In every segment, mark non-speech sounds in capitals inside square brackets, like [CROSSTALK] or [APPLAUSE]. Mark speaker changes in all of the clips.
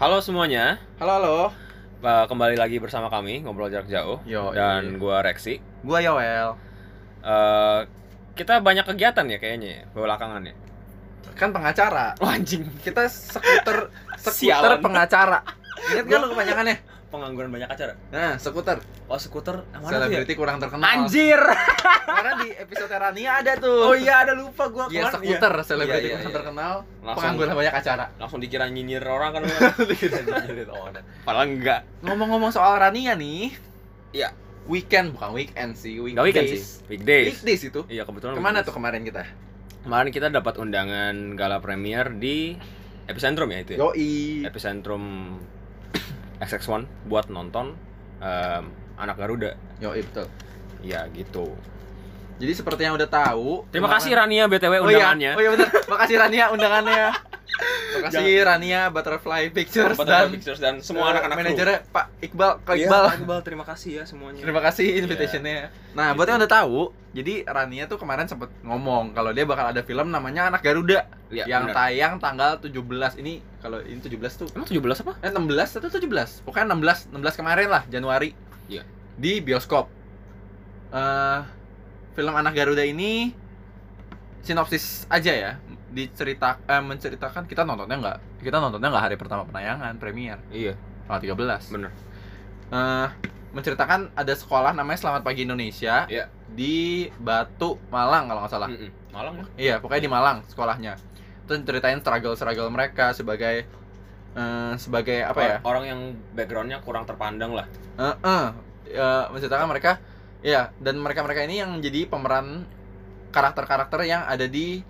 Speaker 1: Halo semuanya,
Speaker 2: Halo halo.
Speaker 1: eh, kembali lagi bersama kami ngobrol jarak jauh
Speaker 2: Yo.
Speaker 1: dan gua Rexi.
Speaker 2: gua Yoel.
Speaker 1: Eh, kita banyak kegiatan ya kayaknya ya, belakangan ya.
Speaker 2: Kan pengacara.
Speaker 1: Oh, anjing,
Speaker 2: Kita [LAUGHS] sekuter
Speaker 1: Sialan.
Speaker 2: sekuter pengacara. Ingat kan lu kepanjangannya?
Speaker 1: pengangguran banyak acara.
Speaker 2: Nah, sekuter.
Speaker 1: Oh, skuter yang mana tuh ya?
Speaker 2: Selebriti kurang terkenal.
Speaker 1: Anjir.
Speaker 2: Karena di episode Rania ada tuh.
Speaker 1: Oh iya, ada lupa gua kemarin, iya.
Speaker 2: Iya, sekuter
Speaker 1: Iya,
Speaker 2: selebriti
Speaker 1: iya,
Speaker 2: kurang
Speaker 1: iya.
Speaker 2: terkenal,
Speaker 1: Langsung
Speaker 2: pengangguran banyak
Speaker 1: [LAUGHS]
Speaker 2: acara.
Speaker 1: langsung dikira nyinyir orang kan.
Speaker 2: Dikira nyinyir
Speaker 1: gitu. Oh,
Speaker 2: orang.
Speaker 1: [LAUGHS] Padahal enggak.
Speaker 2: Ngomong-ngomong soal Rania nih.
Speaker 1: Iya.
Speaker 2: Weekend bukan weekend sih,
Speaker 1: Enggak weekend sih, weekdays.
Speaker 2: weekdays. Weekdays itu.
Speaker 1: Iya, kebetulan.
Speaker 2: Kemana tuh
Speaker 1: weekdays.
Speaker 2: kemarin kita?
Speaker 1: Kemarin kita dapat undangan gala premier di Epicentrum ya itu ya.
Speaker 2: Yoi.
Speaker 1: Epicentrum XX1 buat nonton em, anak Garuda.
Speaker 2: Yoi betul.
Speaker 1: Ya gitu.
Speaker 2: Jadi seperti yang udah tahu.
Speaker 1: Terima
Speaker 2: kemarin-
Speaker 1: kasih ya, Rania BTW
Speaker 2: Oh iya,
Speaker 1: undangannya.
Speaker 2: oh iya benar. Makasih Rania
Speaker 1: [LAUGHS]
Speaker 2: undangannya. Makasih Rania Butterfly Pictures
Speaker 1: Butterfly
Speaker 2: dan
Speaker 1: Pictures dan
Speaker 2: eh,
Speaker 1: semua anak-anak
Speaker 2: manajernya Pak Iqbal, Kak
Speaker 1: Iya,
Speaker 2: Iqbal.
Speaker 1: Pak Iqbal, terima kasih ya semuanya.
Speaker 2: Terima kasih invitationnya. Nah, buat
Speaker 1: Gitu.
Speaker 2: yang udah tahu, jadi Rania tuh kemarin sempat ngomong kalau dia bakal ada film namanya Anak Garuda
Speaker 1: Iya,
Speaker 2: yang
Speaker 1: benar.
Speaker 2: tayang tanggal 17 ini kalau ini 17 tuh
Speaker 1: Emang 17 apa?
Speaker 2: eh 16 atau 17? Pokoknya 16, 16 kemarin lah Januari.
Speaker 1: Iya.
Speaker 2: Di bioskop. eh film Anak Garuda ini sinopsis aja ya dicerita eh, menceritakan kita nontonnya nggak kita nontonnya nggak hari pertama penayangan premier
Speaker 1: Iya.
Speaker 2: tanggal 13
Speaker 1: Bener.
Speaker 2: Eh, menceritakan ada sekolah namanya Selamat Pagi Indonesia
Speaker 1: Iya.
Speaker 2: di Batu Malang kalau nggak salah
Speaker 1: Mm-mm. Malang ya?
Speaker 2: Iya, pokoknya di Malang sekolahnya. Terus ceritain struggle-struggle mereka sebagai eh, sebagai apa ya?
Speaker 1: Orang yang backgroundnya kurang terpandang lah.
Speaker 2: Heeh. Ya, menceritakan mereka ya dan mereka-mereka ini yang jadi pemeran karakter-karakter yang ada di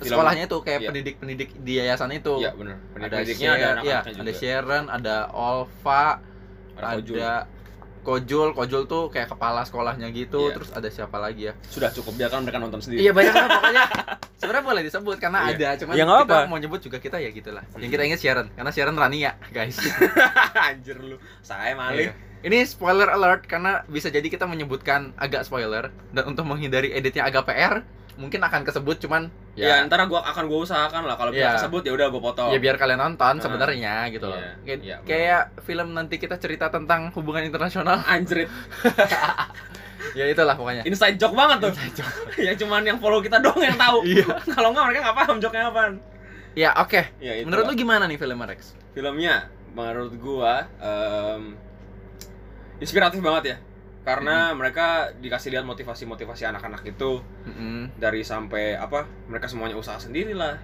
Speaker 1: Film.
Speaker 2: sekolahnya itu kayak
Speaker 1: Iya.
Speaker 2: pendidik-pendidik di yayasan itu.
Speaker 1: Iya bener.
Speaker 2: Ada
Speaker 1: Pendidik-pendidiknya
Speaker 2: Sharon,
Speaker 1: ada
Speaker 2: ada,
Speaker 1: anak-anaknya juga.
Speaker 2: ada Sharon, ada Olva,
Speaker 1: Ada Kojul.
Speaker 2: ada Kojul, Kojul tuh kayak kepala sekolahnya gitu,
Speaker 1: Iya.
Speaker 2: terus ada siapa lagi ya?
Speaker 1: Sudah cukup biarkan mereka nonton sendiri.
Speaker 2: Iya banyak lah pokoknya. [LAUGHS] Sebenarnya boleh disebut karena
Speaker 1: Iya.
Speaker 2: ada, cuman
Speaker 1: Ya, nggak
Speaker 2: kita
Speaker 1: apa.
Speaker 2: mau nyebut juga kita ya gitulah. Yang
Speaker 1: Hmm.
Speaker 2: kita ingat Sharon, karena Sharon Rania,
Speaker 1: [LAUGHS]
Speaker 2: guys.
Speaker 1: [LAUGHS] Anjir lu. Saya maling.
Speaker 2: Iya. Ini spoiler alert karena bisa jadi kita menyebutkan agak spoiler dan untuk menghindari editnya agak PR, mungkin akan kesebut cuman
Speaker 1: Ya,
Speaker 2: ya
Speaker 1: ntar gua akan gua usahakan lah kalau
Speaker 2: Iya.
Speaker 1: bisa kesebut ya udah gua potong.
Speaker 2: ya biar kalian nonton
Speaker 1: Ah.
Speaker 2: sebenarnya gitu loh.
Speaker 1: Iya. Iya,
Speaker 2: Kayak-
Speaker 1: benar.
Speaker 2: Kayak film nanti kita cerita tentang hubungan internasional. [LAUGHS]
Speaker 1: Anjrit.
Speaker 2: ya itulah pokoknya.
Speaker 1: Inside joke banget tuh. [LAUGHS] ya cuman yang follow kita doang yang tahu.
Speaker 2: Iya.
Speaker 1: [LAUGHS] Kalau nggak mereka nggak paham joke-nya apaan.
Speaker 2: Ya, oke.
Speaker 1: Ya, itu lah.
Speaker 2: Menurut lu gimana nih filmnya Rex?
Speaker 1: filmnya menurut gua em, inspiratif banget ya. Karena mereka dikasih lihat motivasi-motivasi anak-anak itu
Speaker 2: Mm-mm.
Speaker 1: dari sampai apa? Mereka semuanya usaha sendiri lah.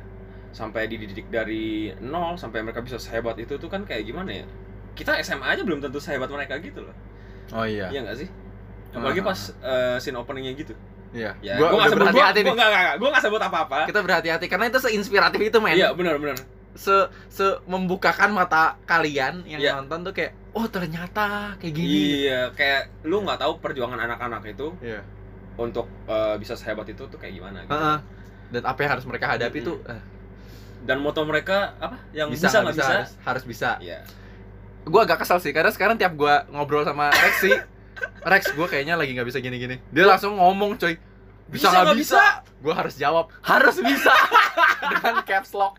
Speaker 1: Sampai dididik dari nol sampai mereka bisa sehebat itu tuh kan kayak gimana ya? Kita SMA aja belum tentu sehebat mereka gitu loh.
Speaker 2: Oh iya.
Speaker 1: Iya nggak sih? Apalagi
Speaker 2: Ah.
Speaker 1: pas eh, scene openingnya gitu.
Speaker 2: Iya.
Speaker 1: Ya,
Speaker 2: Gua,
Speaker 1: gua nggak
Speaker 2: udah
Speaker 1: sebut gua,
Speaker 2: berhati-hati
Speaker 1: gua
Speaker 2: nih.
Speaker 1: nggak- nggak- nggak. Gua nggak sebut apa-apa.
Speaker 2: Kita berhati-hati karena itu seinspiratif itu, men.
Speaker 1: Iya, benar benar.
Speaker 2: Se se membukakan mata kalian yang
Speaker 1: Iya.
Speaker 2: nonton tuh kayak, "Oh, ternyata kayak gini."
Speaker 1: Iya, kayak lu nggak tahu perjuangan anak-anak itu
Speaker 2: Iya.
Speaker 1: untuk eh, bisa sehebat itu tuh kayak gimana gitu.
Speaker 2: Heeh. Dan apa yang harus mereka hadapi
Speaker 1: Mm-mm.
Speaker 2: tuh eh,
Speaker 1: Dan moto mereka apa? Yang bisa nggak bisa?
Speaker 2: Harus, harus bisa.
Speaker 1: Iya.
Speaker 2: Gua agak kesal sih karena sekarang tiap gua ngobrol sama Rex
Speaker 1: [LAUGHS]
Speaker 2: sih, Rex gua kayaknya lagi nggak bisa gini-gini. Dia langsung ngomong, coy. Bisa nggak bisa? Gue harus jawab, [LAUGHS] harus bisa dengan caps lock.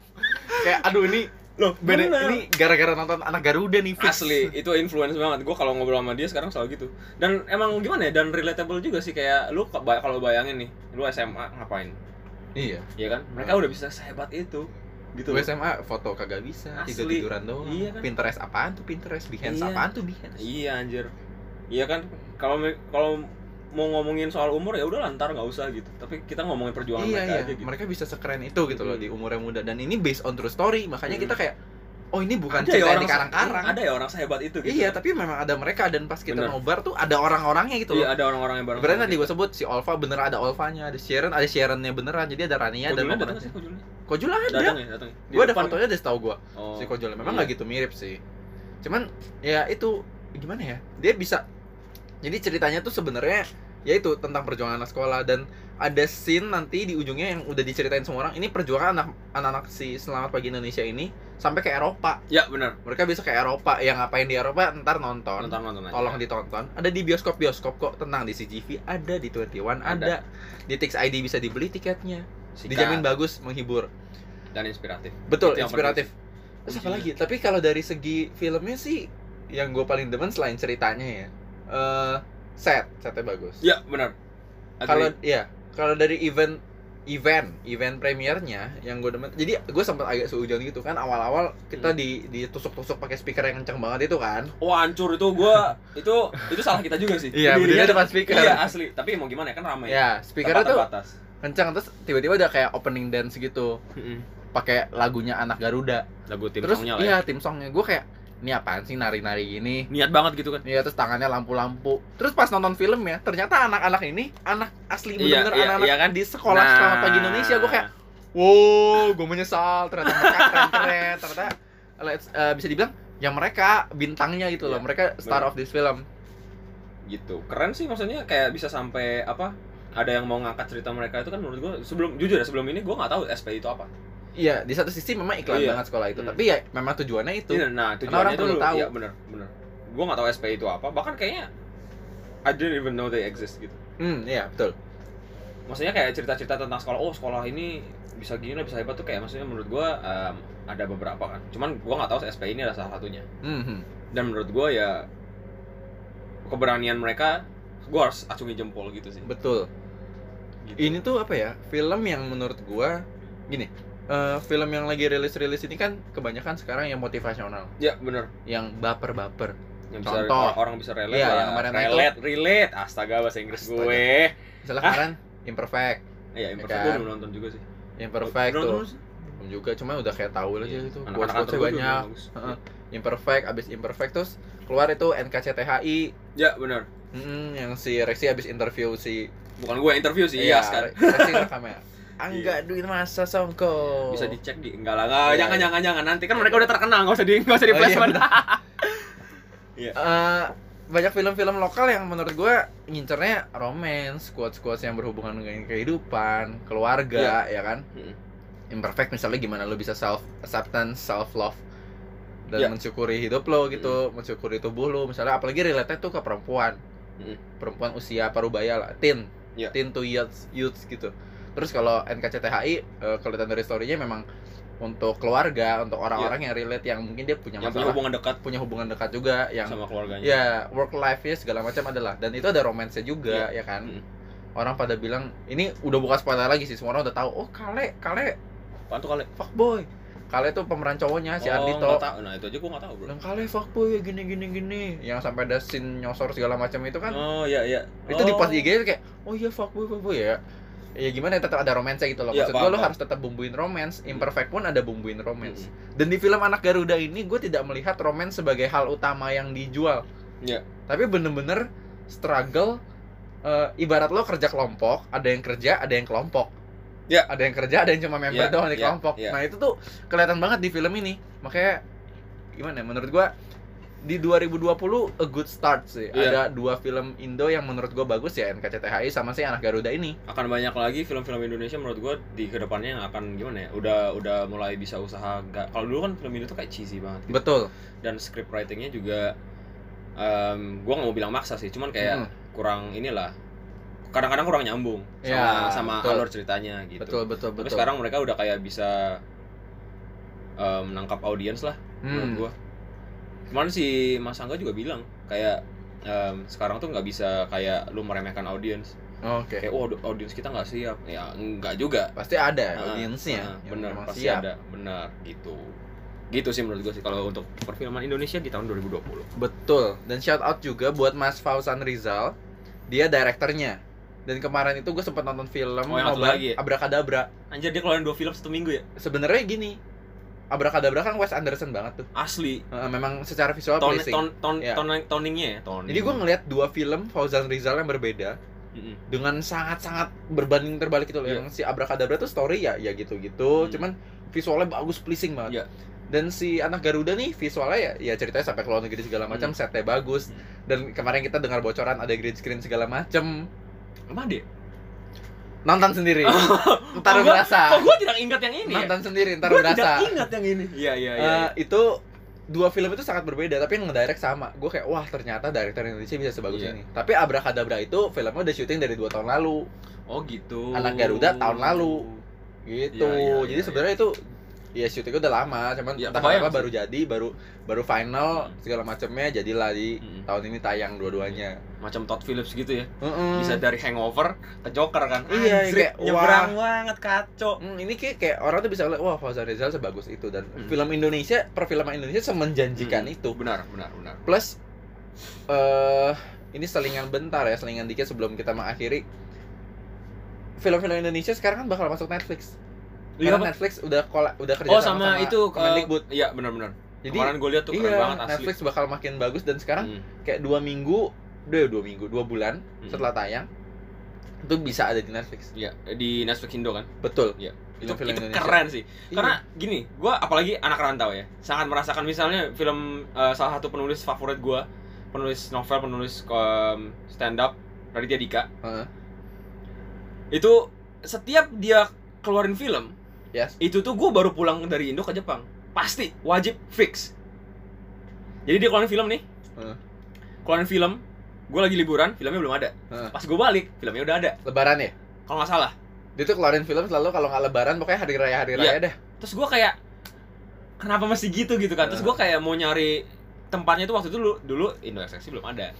Speaker 2: Kayak aduh ini
Speaker 1: Loh,
Speaker 2: bene-
Speaker 1: bener.
Speaker 2: ini gara-gara nonton anak Garuda nih fix.
Speaker 1: asli itu influence banget gue kalau ngobrol sama dia sekarang selalu gitu dan emang gimana ya dan relatable juga sih kayak lu ke- ba- kalau bayangin nih lu SMA ngapain
Speaker 2: Iya.
Speaker 1: Iya kan mereka udah bisa sehebat itu gitu
Speaker 2: Gue
Speaker 1: loh.
Speaker 2: SMA foto kagak bisa,
Speaker 1: Asli.
Speaker 2: tidur tiduran doang.
Speaker 1: Iya kan?
Speaker 2: Pinterest apaan tuh Pinterest, Behance
Speaker 1: Iya.
Speaker 2: apaan tuh Behance.
Speaker 1: iya anjir iya kan kalau me- kalau mau ngomongin soal umur ya udah lantar nggak usah gitu tapi kita ngomongin perjuangan
Speaker 2: iya
Speaker 1: mereka
Speaker 2: iya,
Speaker 1: aja gitu Hmm.
Speaker 2: mereka bisa sekeren itu gitu loh
Speaker 1: Mm-mm.
Speaker 2: di umurnya muda dan ini based on true story makanya
Speaker 1: Mm.
Speaker 2: kita kayak oh ini bukan
Speaker 1: ada ya
Speaker 2: cerita yang
Speaker 1: orang
Speaker 2: dikarang-karang.
Speaker 1: ada ya orang sehebat itu gitu
Speaker 2: Iya tapi memang ada mereka dan pas kita
Speaker 1: Bener.
Speaker 2: nobar tuh ada orang-orangnya gitu
Speaker 1: Iya
Speaker 2: loh.
Speaker 1: ada orang-orang yang bareng
Speaker 2: Berarti tadi gue sebut si Olva bener ada Olvanya, ada Sharon, ada Sharonnya beneran jadi ada Rania dan
Speaker 1: Kojulnya datang
Speaker 2: Mama
Speaker 1: nggak
Speaker 2: Rania.
Speaker 1: sih Kojulnya?
Speaker 2: Kojul ada.
Speaker 1: Datang ya, datang. Di
Speaker 2: Gue Iya. ada
Speaker 1: depan.
Speaker 2: fotonya deh setahu gue
Speaker 1: Oh.
Speaker 2: si Kojol memang
Speaker 1: Iya.
Speaker 2: nggak gitu mirip sih cuman ya itu gimana ya dia bisa jadi ceritanya tuh sebenarnya ya itu tentang perjuangan anak sekolah dan ada scene nanti di ujungnya yang udah diceritain semua orang ini perjuangan anak anak si Selamat Pagi Indonesia ini sampai ke Eropa
Speaker 1: Ya benar.
Speaker 2: mereka bisa ke Eropa yang ngapain di Eropa ntar nonton
Speaker 1: Nonton nonton aja.
Speaker 2: tolong ditonton ada di bioskop bioskop kok tentang di CGV ada di 21 ada,
Speaker 1: Ada.
Speaker 2: di Tix ID bisa dibeli tiketnya
Speaker 1: Sikat
Speaker 2: dijamin bagus menghibur
Speaker 1: dan inspiratif.
Speaker 2: betul
Speaker 1: Itu yang
Speaker 2: inspiratif Terus apa lagi? Tapi kalau dari segi filmnya sih yang gue paling demen selain ceritanya ya. eh set, setnya bagus.
Speaker 1: ya benar
Speaker 2: Kalau ya, kalau dari event event event premiernya yang gue demen jadi gue sempat agak seujuan gitu kan awal-awal kita
Speaker 1: Hmm.
Speaker 2: di ditusuk-tusuk pakai speaker yang kenceng banget itu kan
Speaker 1: wah hancur itu
Speaker 2: [LAUGHS]
Speaker 1: gua itu itu salah kita juga sih
Speaker 2: iya
Speaker 1: Dirinya-
Speaker 2: berdiri depan speaker
Speaker 1: iya asli tapi mau gimana ya, kan ramai
Speaker 2: ya speaker
Speaker 1: Tempat
Speaker 2: itu
Speaker 1: terbatas.
Speaker 2: kenceng terus tiba-tiba ada kayak opening dance gitu pakai lagunya anak Garuda
Speaker 1: lagu tim
Speaker 2: terus
Speaker 1: songnya lah ya.
Speaker 2: iya tim songnya gue kayak ini apaan sih nari-nari gini
Speaker 1: niat banget gitu kan
Speaker 2: Iya terus tangannya lampu-lampu. Terus pas nonton film ya, ternyata anak-anak ini anak asli
Speaker 1: Iya,
Speaker 2: bener-bener
Speaker 1: iya,
Speaker 2: anak-anak
Speaker 1: iya kan?
Speaker 2: di sekolah selamat pagi Indonesia. Gue kayak, wow, gue menyesal. Ternyata mereka keren-keren. Ternyata let's- eh, bisa dibilang yang mereka bintangnya gitu loh.
Speaker 1: Iya,
Speaker 2: mereka star
Speaker 1: bener.
Speaker 2: of this film.
Speaker 1: gitu keren sih maksudnya kayak bisa sampai apa ada yang mau ngangkat cerita mereka itu kan menurut gua sebelum jujur ya sebelum ini gua nggak tahu SPI itu apa
Speaker 2: Iya di satu sisi memang iklan
Speaker 1: Iya.
Speaker 2: banget sekolah itu.
Speaker 1: Hmm.
Speaker 2: Tapi ya memang tujuannya itu.
Speaker 1: Iya, nah
Speaker 2: orang
Speaker 1: tujuannya itu
Speaker 2: perlu
Speaker 1: lu-
Speaker 2: tahu.
Speaker 1: iya benar benar gua nggak tahu SPI itu apa bahkan kayaknya I didn't even know they exist gitu
Speaker 2: Hmm iya betul.
Speaker 1: maksudnya kayak cerita-cerita tentang sekolah oh sekolah ini bisa gini lah, bisa hebat tuh kayak maksudnya menurut gua em, ada beberapa kan cuman gua nggak tahu SPI ini ada salah satunya
Speaker 2: Hmm, hmm.
Speaker 1: dan menurut gua ya keberanian mereka gua harus acungi jempol gitu sih
Speaker 2: betul.
Speaker 1: Gitu.
Speaker 2: ini tuh apa ya film yang menurut gua gini eh, film yang lagi rilis-rilis ini kan kebanyakan sekarang yang motivasional
Speaker 1: ya bener
Speaker 2: yang baper-baper
Speaker 1: yang bisa orang,
Speaker 2: Contoh.
Speaker 1: orang bisa relate
Speaker 2: Iya,
Speaker 1: lah.
Speaker 2: yang kemarin
Speaker 1: relate relate astaga bahasa Inggris
Speaker 2: Astaga.
Speaker 1: gue
Speaker 2: misalnya
Speaker 1: Hah?
Speaker 2: kemarin imperfect
Speaker 1: iya imperfect
Speaker 2: Iya
Speaker 1: gue
Speaker 2: kan?
Speaker 1: belum nonton juga sih
Speaker 2: imperfect
Speaker 1: Belum
Speaker 2: tuh
Speaker 1: nonton sih.
Speaker 2: Belum juga cuma udah kayak tahu aja
Speaker 1: Iya.
Speaker 2: gitu
Speaker 1: Anak-anak
Speaker 2: quotes
Speaker 1: kantor gue juga
Speaker 2: banyak
Speaker 1: belum bagus.
Speaker 2: Heeh. imperfect abis imperfect terus keluar itu NKCTHI
Speaker 1: ya bener
Speaker 2: Mm, yang si Rexy abis interview si
Speaker 1: bukan gue yang interview sih iya kan Iya.
Speaker 2: Rexy ya.
Speaker 1: [LAUGHS]
Speaker 2: rekamnya Angga Dwi Masa Songko
Speaker 1: bisa dicek di enggak lah enggak
Speaker 2: Iya,
Speaker 1: jangan
Speaker 2: iya.
Speaker 1: jangan jangan nanti kan mereka udah terkenal nggak usah di nggak usah di
Speaker 2: Oh,
Speaker 1: flash Ya,
Speaker 2: iya,
Speaker 1: banget.
Speaker 2: Eh, banyak film-film lokal yang menurut gue ngincernya romance, quotes-quotes yang berhubungan dengan kehidupan, keluarga, ya kan?
Speaker 1: Mm.
Speaker 2: Imperfect misalnya gimana lo bisa self acceptance, self love dan
Speaker 1: Ya.
Speaker 2: mensyukuri hidup lo gitu,
Speaker 1: Hmm.
Speaker 2: mensyukuri tubuh lo misalnya apalagi relate tuh ke perempuan.
Speaker 1: Mm.
Speaker 2: Perempuan usia parubaya lah, teen.
Speaker 1: Ya.
Speaker 2: Teen to youth, youth gitu. Terus kalau NKCTHI eh, kelihatan dari story-nya memang untuk keluarga, untuk orang-orang yang relate yang mungkin dia punya
Speaker 1: Iya. yang punya
Speaker 2: masalah,
Speaker 1: hubungan dekat
Speaker 2: punya hubungan dekat juga yang
Speaker 1: sama keluarganya
Speaker 2: ya work life ya segala macam adalah dan itu ada romance juga ya kan
Speaker 1: Mm.
Speaker 2: orang pada bilang ini udah bukan spoiler lagi sih semua orang udah tahu oh kale kale
Speaker 1: apaan tuh kali
Speaker 2: fuckboy kale tuh pemeran cowoknya si
Speaker 1: Oh, nggak
Speaker 2: Ardito
Speaker 1: tahu. nah itu aja gue nggak tahu bro
Speaker 2: bilang kale fuckboy ya gini gini gini yang sampai ada scene nyosor segala macam itu kan
Speaker 1: oh iya iya
Speaker 2: itu di
Speaker 1: Oh.
Speaker 2: post IG kayak oh iya fuckboy fuckboy ya ya gimana ya tetap ada romance gitu loh
Speaker 1: Iya,
Speaker 2: maksud
Speaker 1: paham,
Speaker 2: gue lo
Speaker 1: paham. Hmm.
Speaker 2: harus tetap bumbuin romance imperfect pun ada bumbuin romance
Speaker 1: Mm-mm.
Speaker 2: dan di film Anak Garuda ini gue tidak melihat romance sebagai hal utama yang dijual.
Speaker 1: Iya.
Speaker 2: Tapi bener-bener struggle eh, ibarat lo kerja kelompok, ada yang kerja, ada yang kelompok.
Speaker 1: Iya.
Speaker 2: Ada yang kerja, ada yang cuma member
Speaker 1: Iya,
Speaker 2: doang di
Speaker 1: iya,
Speaker 2: kelompok.
Speaker 1: iya.
Speaker 2: Nah, itu tuh kelihatan banget di film ini. Makanya gimana ya, menurut gue di 2020 a good start sih.
Speaker 1: Iya.
Speaker 2: Ada dua film Indo yang menurut gue bagus ya NKCTHI sama si Anak Garuda ini.
Speaker 1: akan banyak lagi film-film Indonesia menurut gue di kedepannya yang akan gimana ya udah udah mulai bisa usaha nggak kalau dulu kan film Indo tuh kayak cheesy banget gitu.
Speaker 2: Betul.
Speaker 1: dan script writingnya juga em gue nggak mau bilang maksa sih cuman kayak
Speaker 2: Mm,
Speaker 1: kurang inilah kadang-kadang kurang nyambung sama
Speaker 2: Ya,
Speaker 1: sama
Speaker 2: betul.
Speaker 1: alur ceritanya gitu
Speaker 2: Betul, betul,
Speaker 1: tapi
Speaker 2: betul.
Speaker 1: sekarang mereka udah kayak bisa em, menangkap audiens lah menurut
Speaker 2: Hmm,
Speaker 1: gue cuman si Mas Angga juga bilang kayak em, sekarang tuh nggak bisa kayak lu meremehkan audiens
Speaker 2: Oke.
Speaker 1: kayak oh audiens kita nggak siap ya nggak juga
Speaker 2: pasti ada
Speaker 1: Nah,
Speaker 2: audiensnya
Speaker 1: nah,
Speaker 2: Iya, yang
Speaker 1: bener
Speaker 2: memang
Speaker 1: pasti
Speaker 2: siap.
Speaker 1: ada benar gitu gitu sih menurut gue sih kalau untuk perfilman Indonesia di tahun 2020
Speaker 2: betul dan shout out juga buat Mas Fauzan Rizal dia direkturnya dan kemarin itu gue sempat nonton film
Speaker 1: Oh, yang satu
Speaker 2: Nobar
Speaker 1: lagi ya?
Speaker 2: Abrakadabra
Speaker 1: anjir dia keluarin dua film satu minggu ya
Speaker 2: sebenarnya gini Abrakadabra kan Wes Anderson banget tuh
Speaker 1: asli
Speaker 2: Eh, memang secara visual
Speaker 1: ton
Speaker 2: pleasing
Speaker 1: ton ton
Speaker 2: Ya.
Speaker 1: ton- toningnya ya toning
Speaker 2: jadi gue ngelihat dua film Fauzan Rizal yang berbeda
Speaker 1: Mm-mm.
Speaker 2: dengan sangat-sangat berbanding terbalik gitu loh
Speaker 1: Iya.
Speaker 2: yang si Abrakadabra tuh story ya ya gitu-gitu
Speaker 1: Hmm.
Speaker 2: cuman visualnya bagus pleasing
Speaker 1: Iya.
Speaker 2: banget dan si anak Garuda nih visualnya ya, ya ceritanya sampai ke luar negeri segala macam setnya bagus
Speaker 1: Hmm.
Speaker 2: dan kemarin kita dengar bocoran ada green screen segala macam
Speaker 1: Emang dia? [LAUGHS]
Speaker 2: nonton sendiri ntar
Speaker 1: Oh,
Speaker 2: lu
Speaker 1: gua-
Speaker 2: berasa
Speaker 1: Kok gue tidak ingat yang ini ya?
Speaker 2: nonton sendiri ntar lu
Speaker 1: Gua tidak
Speaker 2: berasa
Speaker 1: ingat yang ini Iya, iya, iya
Speaker 2: Eh, itu dua film itu sangat berbeda tapi yang ngedirect sama gue kayak wah ternyata director Indonesia bisa sebagus
Speaker 1: Iya.
Speaker 2: ini tapi Abrakadabra itu filmnya udah syuting dari dua tahun lalu
Speaker 1: Oh gitu
Speaker 2: Anak Garuda tahun lalu. gitu
Speaker 1: Iya, iya,
Speaker 2: jadi
Speaker 1: iya,
Speaker 2: sebenarnya itu Iya syutingnya udah lama, cuman
Speaker 1: Iya,
Speaker 2: entah
Speaker 1: kebayang
Speaker 2: kenapa
Speaker 1: sih.
Speaker 2: baru jadi, baru baru final segala macamnya jadilah di
Speaker 1: Mm-mm.
Speaker 2: tahun ini tayang dua-duanya.
Speaker 1: Macam Todd Phillips gitu ya. Iya.
Speaker 2: Mm-mm.
Speaker 1: Bisa dari hangover ke Joker kan.
Speaker 2: Hmm. Iya,
Speaker 1: Anjrit,
Speaker 2: kayak,
Speaker 1: nyebrang banget kacau.
Speaker 2: Hmm, ini kayak, kayak orang tuh bisa lihat wah Fauzan Rizal sebagus itu dan
Speaker 1: Hmm.
Speaker 2: film Indonesia perfilman Indonesia semenjanjikan
Speaker 1: Mm-mm.
Speaker 2: itu
Speaker 1: Benar, benar, benar.
Speaker 2: plus eh ini selingan bentar ya selingan dikit sebelum kita mengakhiri film-film Indonesia sekarang kan bakal masuk Netflix
Speaker 1: Iya, Pak.
Speaker 2: karena Netflix udah kola, udah kan kerja
Speaker 1: Oh sama, itu ke
Speaker 2: Kemendikbud
Speaker 1: Iya, benar-benar.
Speaker 2: jadi
Speaker 1: Kemarin gue lihat tuh keren
Speaker 2: iya,
Speaker 1: banget asli.
Speaker 2: Netflix bakal makin bagus dan sekarang
Speaker 1: Mm.
Speaker 2: kayak dua minggu dua dua minggu dua bulan
Speaker 1: Mm.
Speaker 2: setelah tayang itu bisa ada di Netflix
Speaker 1: Iya, di Netflix Indo kan.
Speaker 2: betul
Speaker 1: Iya. Itu,
Speaker 2: film-film
Speaker 1: itu
Speaker 2: Indonesia
Speaker 1: keren sih.
Speaker 2: Iya.
Speaker 1: Karena gini, gue apalagi anak rantau ya, sangat merasakan misalnya film eh, salah satu penulis favorit gue, penulis novel, penulis em, stand up, Raditya Dika.
Speaker 2: Heeh.
Speaker 1: Itu setiap dia keluarin film,
Speaker 2: Yes.
Speaker 1: itu tuh gue baru pulang dari Indo ke Jepang, pasti wajib fix. Jadi dia keluarin film nih,
Speaker 2: Heeh.
Speaker 1: keluarin film, gue lagi liburan, filmnya belum ada.
Speaker 2: Heeh.
Speaker 1: Pas gue balik, filmnya udah ada,
Speaker 2: Lebaran ya
Speaker 1: kalau nggak salah.
Speaker 2: dia tuh keluarin film selalu kalau nggak lebaran pokoknya hari
Speaker 1: Iya.
Speaker 2: raya hari raya dah
Speaker 1: terus gue kayak kenapa masih gitu gitu kan terus gue kayak mau nyari tempatnya itu waktu itu dulu dulu Indo Ekspresi belum ada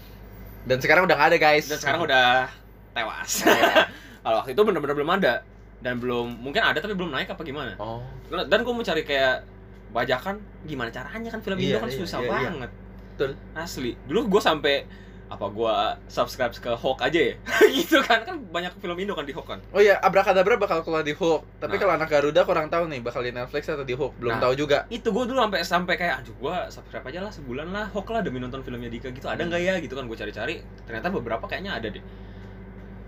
Speaker 2: dan sekarang udah nggak ada guys
Speaker 1: dan sekarang udah tewas
Speaker 2: Iya.
Speaker 1: [LAUGHS] kalau waktu itu bener-bener belum ada dan belum mungkin ada tapi belum naik apa gimana
Speaker 2: oh
Speaker 1: dan gue mau cari kayak bajakan gimana caranya kan film Indo
Speaker 2: Iya,
Speaker 1: kan
Speaker 2: iya,
Speaker 1: susah
Speaker 2: iya, iya.
Speaker 1: banget
Speaker 2: Betul.
Speaker 1: asli dulu gue sampai apa gue subscribe ke Hawk aja ya [LAUGHS] gitu kan kan banyak film Indo kan di Hawk kan
Speaker 2: oh ya abrakadabra bakal keluar di hook tapi
Speaker 1: Nah.
Speaker 2: kalau anak garuda kurang tahu nih bakal di netflix atau di hook belum
Speaker 1: Nah.
Speaker 2: tahu juga
Speaker 1: itu gue dulu sampai sampai kayak aduh gue subscribe aja lah sebulan lah hook lah demi nonton filmnya Dika gitu ada nggak ya gitu kan gue cari-cari ternyata beberapa kayaknya ada deh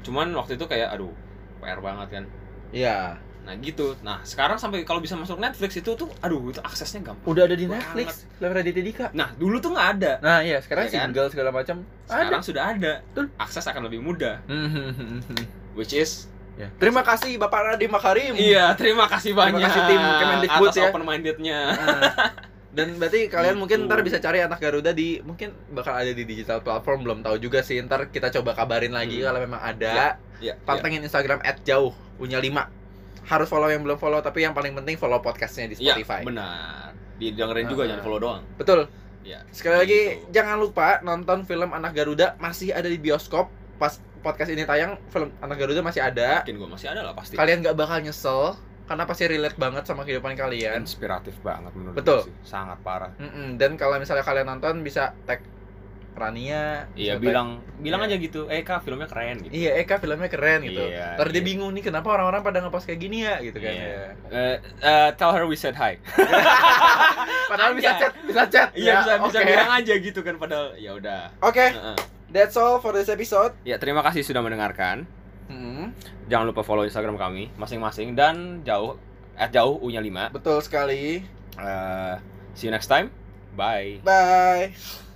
Speaker 1: cuman waktu itu kayak aduh PR banget kan
Speaker 2: Iya
Speaker 1: nah gitu nah sekarang sampai kalau bisa masuk Netflix itu tuh aduh itu aksesnya gampang
Speaker 2: udah ada di
Speaker 1: Banget.
Speaker 2: netflix film Raditya Dika
Speaker 1: nah dulu tuh nggak ada
Speaker 2: nah iya sekarang
Speaker 1: Iya kan?
Speaker 2: single segala macam Hmm,
Speaker 1: sekarang sudah ada
Speaker 2: Betul.
Speaker 1: akses akan lebih mudah
Speaker 2: ada
Speaker 1: which is
Speaker 2: Ya. Terima kasih Bapak Nadiem Makarim.
Speaker 1: iya terima kasih
Speaker 2: Terima
Speaker 1: banyak
Speaker 2: kasih tim Kemendikbud
Speaker 1: atas
Speaker 2: ya.
Speaker 1: open mindednya
Speaker 2: Nah, Dan berarti kalian
Speaker 1: Gitu.
Speaker 2: mungkin ntar bisa cari anak Garuda di mungkin bakal ada di digital platform belum tahu juga sih ntar kita coba kabarin lagi
Speaker 1: Hmm.
Speaker 2: kalau memang ada.
Speaker 1: ya,
Speaker 2: Iya,
Speaker 1: ya.
Speaker 2: pantengin Instagram @jauh punya 5 harus follow yang belum follow tapi yang paling penting follow podcastnya di
Speaker 1: Iya,
Speaker 2: Spotify
Speaker 1: benar didengerin juga
Speaker 2: Ah.
Speaker 1: jangan follow doang
Speaker 2: betul
Speaker 1: Iya,
Speaker 2: sekali lagi
Speaker 1: gitu.
Speaker 2: jangan lupa nonton film Anak Garuda masih ada di bioskop pas podcast ini tayang film Anak Garuda masih ada
Speaker 1: mungkin gue masih ada lah pasti
Speaker 2: kalian nggak bakal nyesel karena pasti relate banget sama kehidupan kalian
Speaker 1: inspiratif banget menurut
Speaker 2: Betul.
Speaker 1: gue sih. sangat parah
Speaker 2: Mm-mm, dan kalau misalnya kalian nonton bisa tag Rania
Speaker 1: iya
Speaker 2: bisa tag-
Speaker 1: bilang bilang
Speaker 2: Iya.
Speaker 1: aja gitu eh kak filmnya keren gitu
Speaker 2: iya Eka filmnya keren gitu
Speaker 1: Iya,
Speaker 2: ntar dia
Speaker 1: iya.
Speaker 2: bingung nih kenapa orang-orang pada ngepost kayak gini ya gitu kan
Speaker 1: Iya.
Speaker 2: ya.
Speaker 1: Eh, eh, tell her we said hi
Speaker 2: padahal bisa
Speaker 1: Anjay.
Speaker 2: chat bisa chat
Speaker 1: [LAUGHS] iya bisa bisa
Speaker 2: Ya, oke. Eh,
Speaker 1: bilang aja gitu kan padahal ya udah
Speaker 2: oke
Speaker 1: Heeh.
Speaker 2: That's all for this episode.
Speaker 1: ya terima kasih sudah mendengarkan Mm-hmm. jangan lupa follow instagram kami masing-masing dan jauh at jauh u nya lima
Speaker 2: Betul sekali.
Speaker 1: Eh, see you next time bye
Speaker 2: Bye.